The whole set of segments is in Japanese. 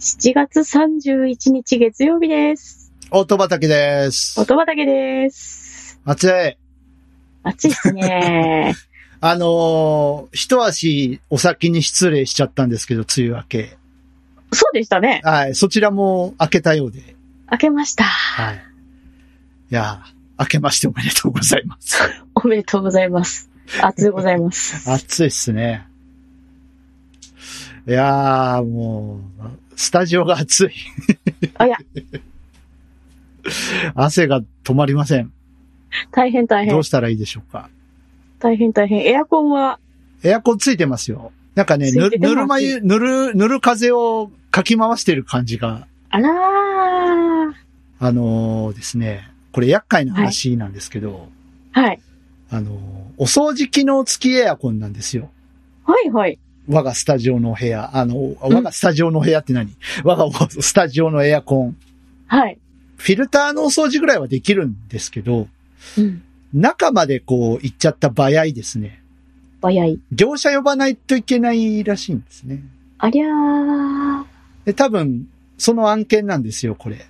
7月31日月曜日です。音畑です。音畑です。暑い。暑いです ね。あのー一足お先に失礼しちゃったんですけど、梅雨明け。そうでしたね。はい、そちらも明けたようで。明けました。はい。いやー、明けましておめでとうございます。 おめでとうございます。暑いございます。暑いっすね。いやー、もう、スタジオが暑い。あいや、汗が止まりません。大変大ど変う。したらいいでしょうか。大変大変。エアコンは、エアコンついてますよ。なんかね、ついぬてても暑いぬるま湯、ぬる、ぬる風をかき回してる感じがあらー。あのーですね、これ厄介な話なんですけど、はい。あのーお掃除機能付きエアコンなんですよ。はいはい。我がスタジオの部屋、あの、我がスタジオの部屋って何、 我がおスタジオのエアコン。はい。フィルターのお掃除ぐらいはできるんですけど、うん。中までこう行っちゃった場合ですね。早い。業者呼ばないといけないらしいんですね。ありゃー。で、多分、その案件なんですよ、これ。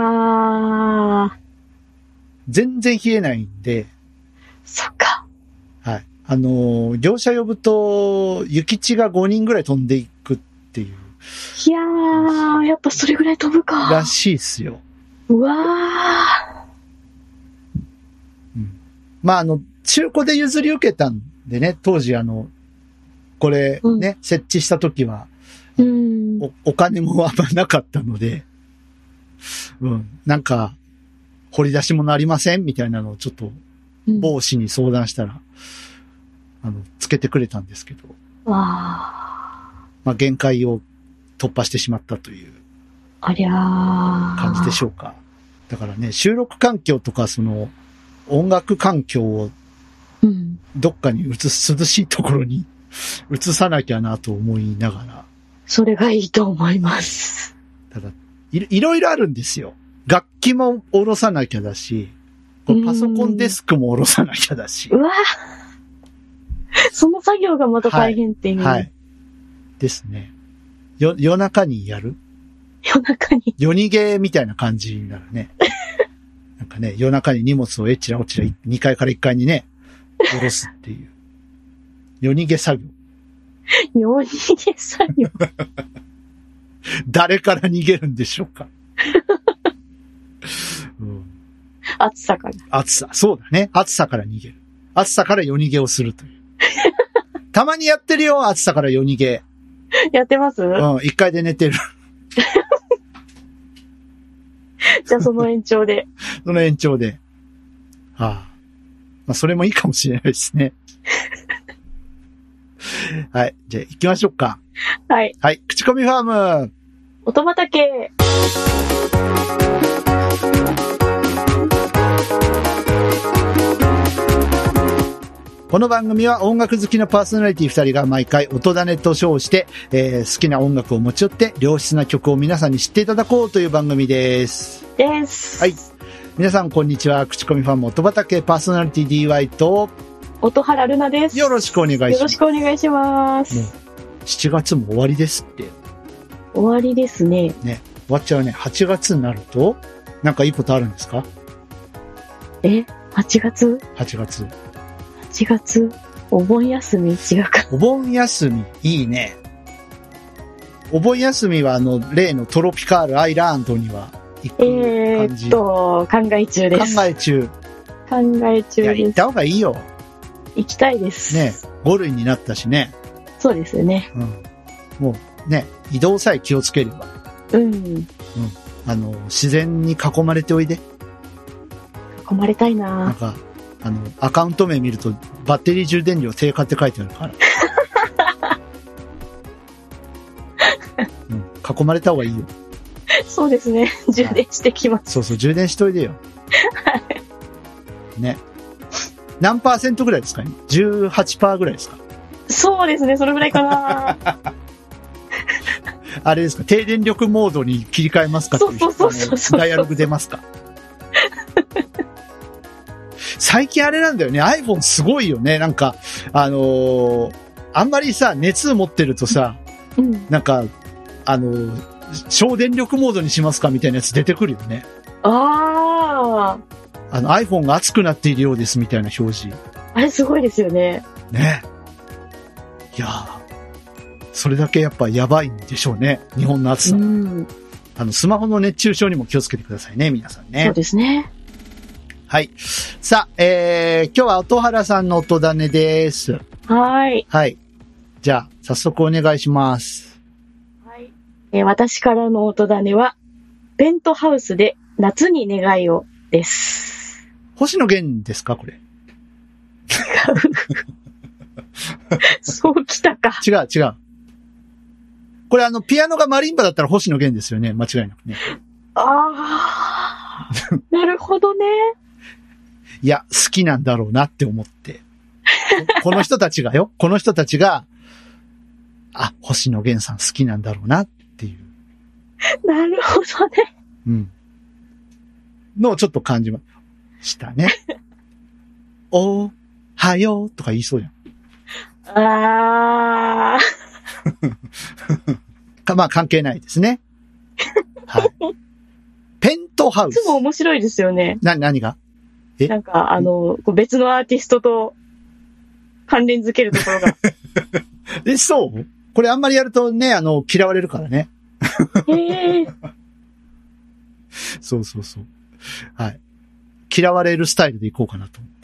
あー。全然冷えないんで、そっか。はい。あのー業者呼ぶと、諭吉が5人ぐらい飛んでいくっていう、いやー、やっぱそれぐらい飛ぶらか。しいっすよ。うわまあ、あの、中古で譲り受けたんでね、当時あの、これうんね、設置した時は、ー。うん。お、お金もあんまなかったので、うん、なんか、掘り出し物ありませんみたいなのをちょっと、うん帽子に相談したら、あの、つけてくれたんですけど、あまあ、限界を突破してしまったという。ー。ありゃー。感じでしょうか。だからね、収録環境とか、その、音楽環境をうん。どっかに移す、涼しいところに 移さなきゃなと思いながら、それがいいと思います。ただ、いいろいろあるんですよ。楽器も下ろさなきゃだし、こうれんパソコンデスクも下ろさなきゃだしう、わぁその作業がまた大変っていう。はい。ですね。よ、夜中にやる夜中に。夜逃げみたいな感じになるね。なんかね、夜中に荷物をえっちらおちら2階から1階にね、下ろすっていう。夜逃げ作業。夜逃げ作 業。誰から逃げるんでしょうか。うん、暑さから。暑さ、そうだね。暑さから逃げる。暑さから夜逃げをするという。たまにやってるよ、暑さから夜逃げ。やってますうん、1階で寝てる。じゃあその延長で。その延長で。はあ、まあ、それもいいかもしれないですね。 はい。じゃあ、行きましょうか。はい。はい。口コミファーム。音畑。この番組は音楽好きのパーソナリティ2人が毎回音種と称して、えー好きな音楽を持ち寄って良質な曲を皆さんに知っていただこうという番組です。です。はい。皆さんこんにちは。口コミファーム音畑パーソナリティ DY と音原ルナです。よろしくお願いします。よろしくお願いします。ね7月も終わりですって。終わりですね。終わっちゃうね。8月になると、なんかいいことあるんですかえ ?8 月 ?8 月。 ?8 月お盆休み違うか。お盆休み、いいね。お盆休みはあの、例のトロピカールアイランドには行えくー、感じ。っと、考え中です。考え中。考えい中や、で行っす。た方がいいよ。行きたいです。ね。5類になったしね。そうですよね。うん。もう、ね、移動さえ気をつければ、うん。あの、自然に囲まれておいで。囲まれたいなんなか、あの、アカウント名見ると、バッテリー充電量低下って書いてある から。うん、囲まれた方がいいよ。そうですね。充電してきます。そうそう、充電しといでよ。ね。何パーセントぐらいですか今 ?18% ぐらいですかそうですね。それぐらいか なあれですか低電力モードに切り替えますかっていそうそうそうそうそうあのダイアログ出ますか最近あれなんだよね。iPhone すごいよね。なんか、あのーあんまりさ、熱持ってるとさ、うん。なんか、あの、省電力モードにしますかみたいなやつ出てくるよね。ああ、あの iPhone が熱くなっているようですみたいな表示。あれすごいですよね。ね。いやーそれだけやっぱやばいんでしょうね。日本の暑さ。うん。あの、スマホの熱中症にも気をつけてくださいね、皆さんそうね。ですね。はい。さあ、えー、今日は音原さんの音種です。はーい。はい。じゃあ、早速お願いします。はい。えー私からの音種は、ペントハウスで夏に願いを です。星野源ですかこれ。そうきたか。違う、違う。これあの、ピアノがマリンバだったら星野源ですよね。間違いなくね。ああ、 なるほどね。いや、好きなんだろうなって思って。 ここの人たちがよ、この人たちが、あ、星野源さん好きなんだろうなっていう、なるほどね。うん。のをちょっと感じましたね。 おはようとか言いそうじゃん。ああ、かまあ関係ないですね。はい。ペントハウいスつ。も面白いですよね。な、何がえ なんか、あの、こう別のアーティストと関連づけるところが。え、そうこれあんまりやるとね、あの、嫌われるからね。へえ、そうそうそう。はい。嫌われるスタイルでいこうかなと思って。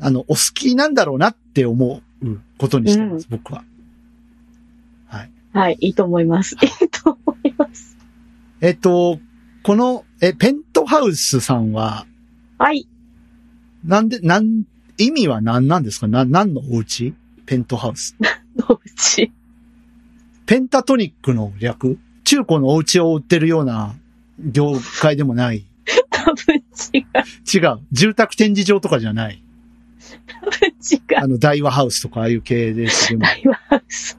あの、お好きなんだろうなって思うことにしてます、僕は。はい、いいと思います。 いいと思います。えっと、この、え、ペントハウスさんは、はい。なんで、なん、意味は何なんですかな、何のお家ペントハウス。のうち。ペンタトニックの略中古のお家を売ってるような業界でもない。多分違う。違う。住宅展示場とかじゃない。多分違う。あの、大和ハウスとかああいう系ですけどもダイワハウス。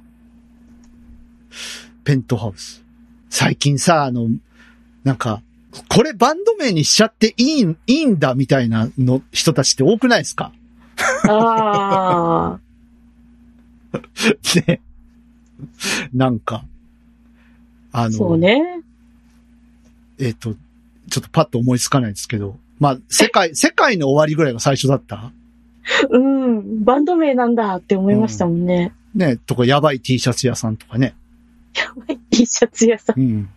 ペントハウス。最近さ、あの、なんか、これバンド名にしちゃっていいん、いいんだみたいなの人たちって多くないですかああ、ね。なんか、あそうの、ね。えっ、と、ちょっとパッと思いつかないですけど、まあ、世界、世界の終わりぐらいが最初だったうん、バンド名なんだって思いましたもんね。ね、とか、やばい T シャツ屋さんとかね。やばい T シャツ屋さん。うん。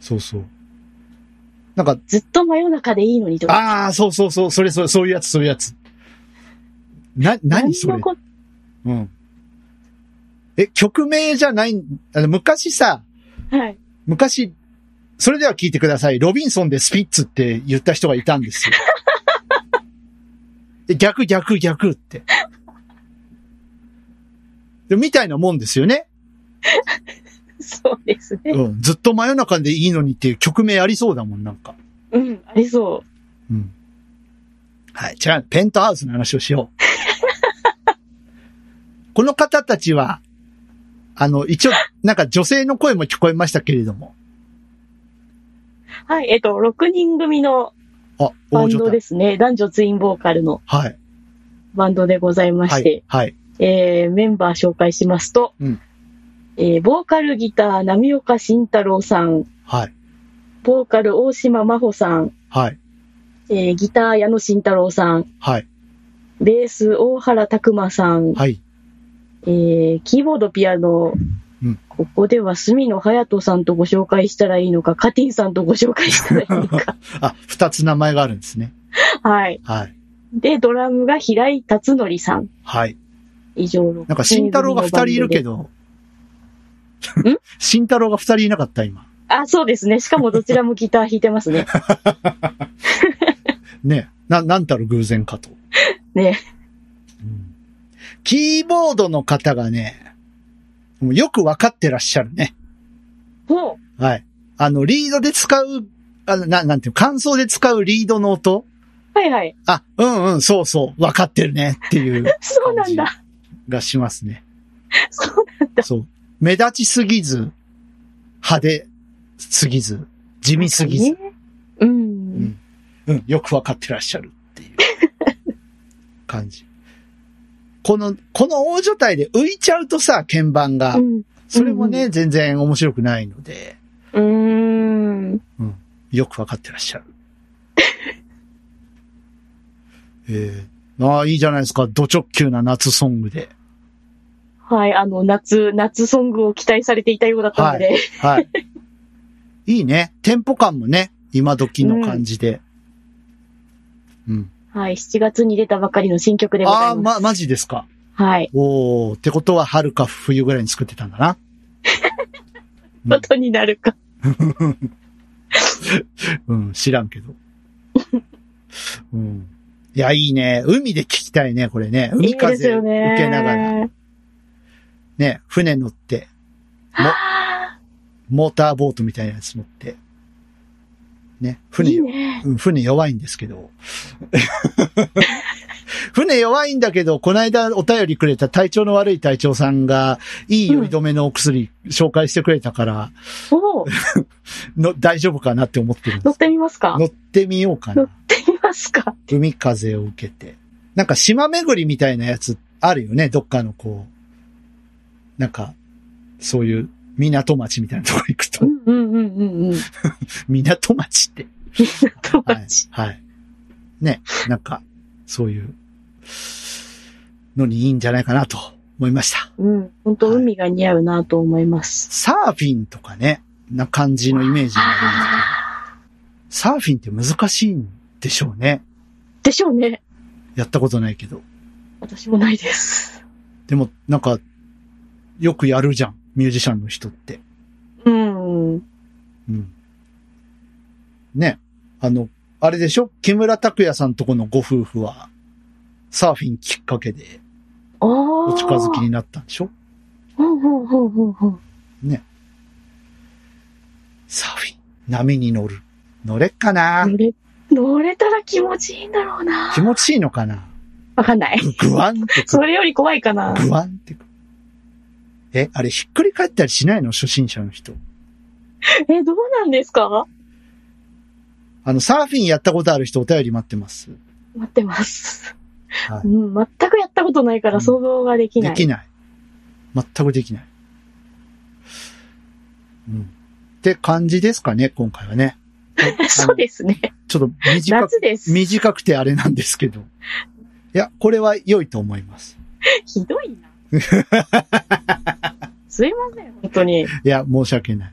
そうそう。なんか、ずっと真夜中でいいのにとか。ああ、そうそうそう、それそれ、そういうやつ、そういうやつ。な、何それ何のこうん。え、曲名じゃないん、あの、昔さ、はい。昔、それでは聞いてください。ロビンソンでスピッツって言った人がいたんですよ。で逆、逆、逆って。でみたいなもんですよね。そうですね。うん。ずっと真夜中でいいのにっていう曲名ありそうだもん、なんか。うん、ありそう。うん。はい。じゃあ、ペントハウスの話をし よう。この方たちは、あの、一応、なんか女性の声も聞こえましたけれども。はい、えっと、6人組のあ、バン女ドだですね。男女ツインボーカルのはい。バンドでございまはしいて、。はい。えーメンバー紹介しますと、うんえーボーカルギター、波岡慎太郎さん、はい。ボーカル、大島真帆さん、はい。えーギター、矢野慎太郎さん、はい。ベース、大原拓馬さん、はい。えーキーボード、ピアノ、うんここでは、隅野隼人さんとご紹介したらいいのか、カティンさんとご紹介したらいいのか。 あ、二つ名前があるんですね。はい。はい。で、ドラムが平井達則さん。はい。以上、ななんか、慎太郎が二人いるけど。 慎太郎が二人いなかった、今。あ、そうですね。しかもどちらもギター弾いて ますね。ね。な、なんたる偶然かと。ね。うんキーボードの方がね、もうよくわかってらっしゃるね。ほう。はい。あの、リードで使う、あの、ななんていうの、感想で使うリードの音はいはい。あ、うんうん、そうそう、わかってるねっていう そうなんだ。がしますね。そうなんだ。そう。目立ちすぎず、派手すぎず、地味すぎず、ね。うん。うん、よくわかってらっしゃるっていう感じ。この、この大所帯で浮いちゃうとさ、鍵盤がう。ん。それもね、うん全然面白くないので、うーん。よくわかってら っしゃる。ええああ、いいじゃないですか。ド直球な夏ソングで。はい、あの、夏、夏ソングを期待されていたようだったので、 はい。いいね。テンポ感もね、今時の感じで。うん。はい、7月に出たばかりの新曲でござああ、います。ま、マジですか。はい、おおってことは春か冬ぐらいに作ってたんだな。うんことになるか。うん、知ら んけど。うん。いや、いいね。海で聞きたいね、これね。いいで海す風よ受ね。けながら。ね船乗って、はモーターボートみたいなやつ乗って。ね、ぁ、船いいよね。うん、船弱いんですけど。 船弱いんだけど、この間お便りくれた体調の悪い隊長さんが、いい酔い止めのお薬紹介してくれたから、おーの大丈夫かなって思ってるんで乗っす。てみますか乗ってみようか乗なっ。てみますか海風を受けて。なんか島巡りみたいなやつあるよね、どっかのこう。なんか、そういう港町みたいなとこ行くうと。んうんうんうんうん。港町って。友はい達。。はい。ね、なんか、そういうのにいいんじゃないかなと思いました。うん。本当はい海が似合うなと思います。サーフィンとかね、な感じのイメージがありまあす。サーフィンって難しいんでしょうね。ーでしょうね。やったことないけど。私もないです。でも、なんか、よくやるじゃん。ミュージシャンの人って。うん。うん。ね。あの、あれでしょ木村拓哉さんとこのご夫婦は、サーフィンきっかけでああ。おお近づきになったんでしょほうほうほうほうほう。サーフィン。波に乗る。乗れっかな乗れ、乗れたら気持ちいいんだろうな気。持ちいいのかなわかん ない。ぐわんってそくる。れより怖いかな。ぐわんってくる。え、あれひっくり返ったりしないの初心者の人。え、どうなんですかあの、サーフィンやったことある人お便り待ってます。待ってます。はうん、全くやったことないかうんら想像ができい。なでい。きない。全くできない。うん。って感じですかね、今回 はね。そうですね。ちょっと短く、夏です。短くてあれなんですけど。いや、これは良いと思います。ひどいな。 すいません、本当に。いや、申し訳ない。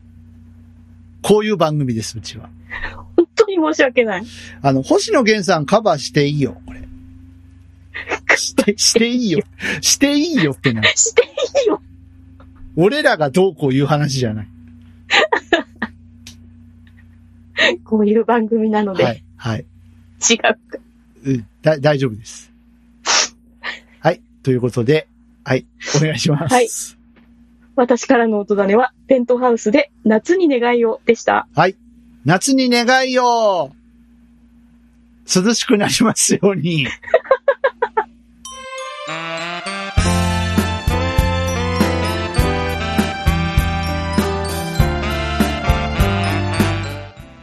こういう番組です、うちは。本当に申し訳ない。あの、星野源さんカバーしていいよ、これ。して、していいよ。していいよってな。していいよ。俺らがどうこう言う話じゃない。こういう番組なので、はい。はい。違うか。うん、だ、大丈夫です。 はい。ということで、はい。お願いします。はい。私からの音種は、ペントハウスで夏に願いをでした。夏に願いよ涼しくなりますように。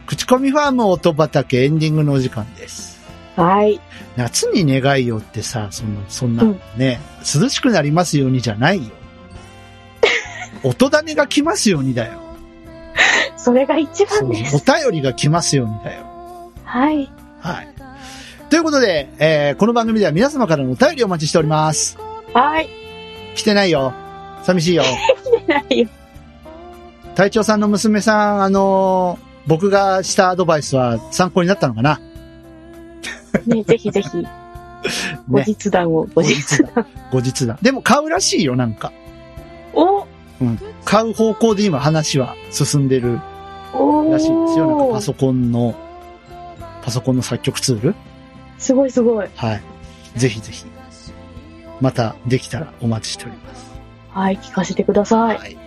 口コミファーム音畑エンディングのお時間です。はい。夏に願いよってさ、そんな、そんなうんね、涼しくなりますようにじゃないよ。音種が来ますようにだよ。それが一そ番うおで便す。りが来ますようにだよ。はい。はい。ということで、えーこの番組では皆様からのお便りをお待ちしております。はい。 来てないよ。寂しいよ。ないよ。隊長さんの娘さん、あのー僕がしたアドバイスは参考になったのかなね、ぜひぜひ、 後日談を、後日談後日だ。でも買うらしいよ、なんか。 を。買う方向で今話は進んでるおらしいんですよ。なんかおパソコンの、パソコンの作曲ツールすごいすごい。はい。ぜひぜひ。またできたらお待ちしております。はい、聞かせてください。はい。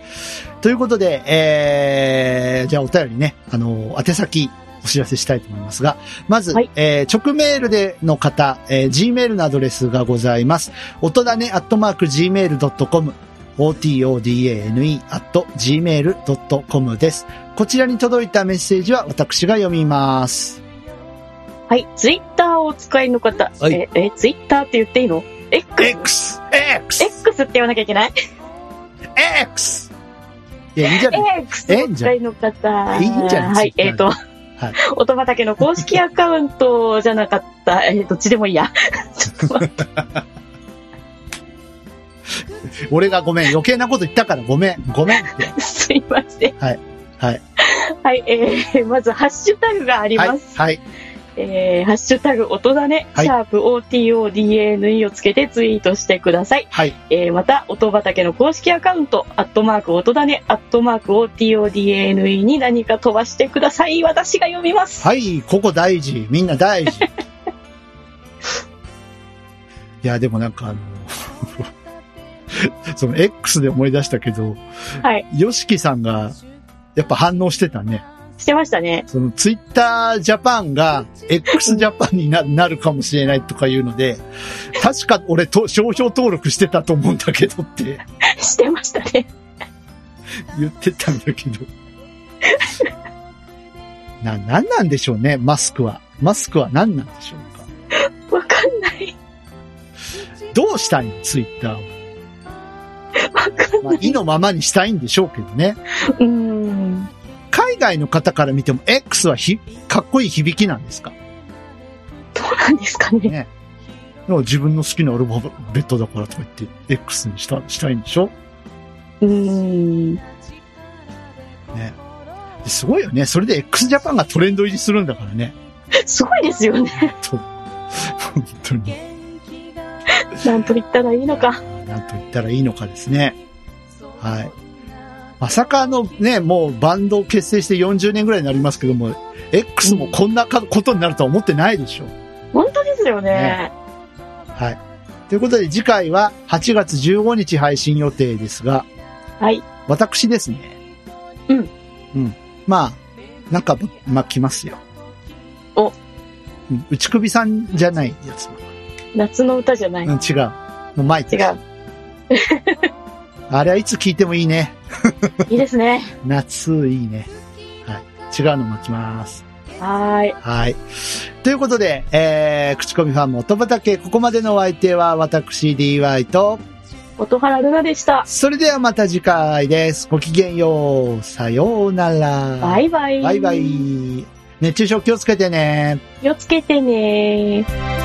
ということで、えー、じゃあお便りね、あの、宛先、お知らせしたいと思いますが、まず、はいえー直メールでの方、えー Gmail のアドレスがございます。音だね、アットマーク、gmail.com、otodane、アット、gmail.com です。こちらに届いたメッセージは私が読みます。はい、ツイッターをお使いの方、はいえ、え、ツイッターって言っていいの ?X?X X! X! って言わなきゃいけない X! いや、いいんじゃない X のお使いの方。えいいんじゃないはい、えっ、と、 はい音畑の公式アカウントじゃなかった。えーどっちでもいいや。 ちょっと待って俺がごめん。余計なこと言ったからごめん。ごめんって。すいません。はい。はい。はい、えーまず、ハッシュタグがありはまい。す。はい。えーハッシュタグ、音だね、はいシャープ OTODANE をつけてツイートしてください。はい。えーまた、音畑の公式アカウント、アットマーク音だね、アットマーク OTODANE に何か飛ばしてください。私が読みます。はい。ここ大事。みんな大事。いや、でもなんかあの、 その X で思い出したけど、はい。ヨシキさんがやっぱ反応してたね。してました ね。そのツイッタージャパンが X ジャパンにななるかもしれないとかいうので、確か俺と商標登録してたと思うんだけどってしてましたね。言ってたんだけど。 な、なんなんでしょうね、マスクは。マスクは何なんでしょうか。わかんない。どうしたいの、ツイッターを。わかんまあ、意のままにしたいんでしょうけどね。うーん。海外の方から見ても X はひ、かっこいい響きなんですかどうなんですかね。でも自分の好きなアルファベットだからとか言って X にした、したいんでしょうーん。ね。すごいよね。それで x ジャパンがトレンド入りするんだからね。すごいですよね。本当に。なんと言ったらいいのか。なんと言ったらいいのかですね。はい。まさかあのね、もうバンドを結成して40年ぐらいになりますけども、X もこんなかことになるとは思ってないでしょう。本当ですよね。ねはい。ということで次回は8月15日配信予定ですが、はい。私ですね。うん。うん。まあ、なんか、まあ来ますよ。おうん。内首さんじゃないやつ。夏の歌じゃない。うん、違う。もうマイ違ク。う。あれはいつ聞いてもいいね。いいですね。夏いいね。はい。違うの待ちます。はーい。はい。ということで、えー、口コミファンも音畑、ここまでのお相手は私 DY と、音原ルナでした。それではまた次回です。ごきげんよう。さようなら。バイバイ。バイバイ。熱中症気をつけてね。気をつけてねー。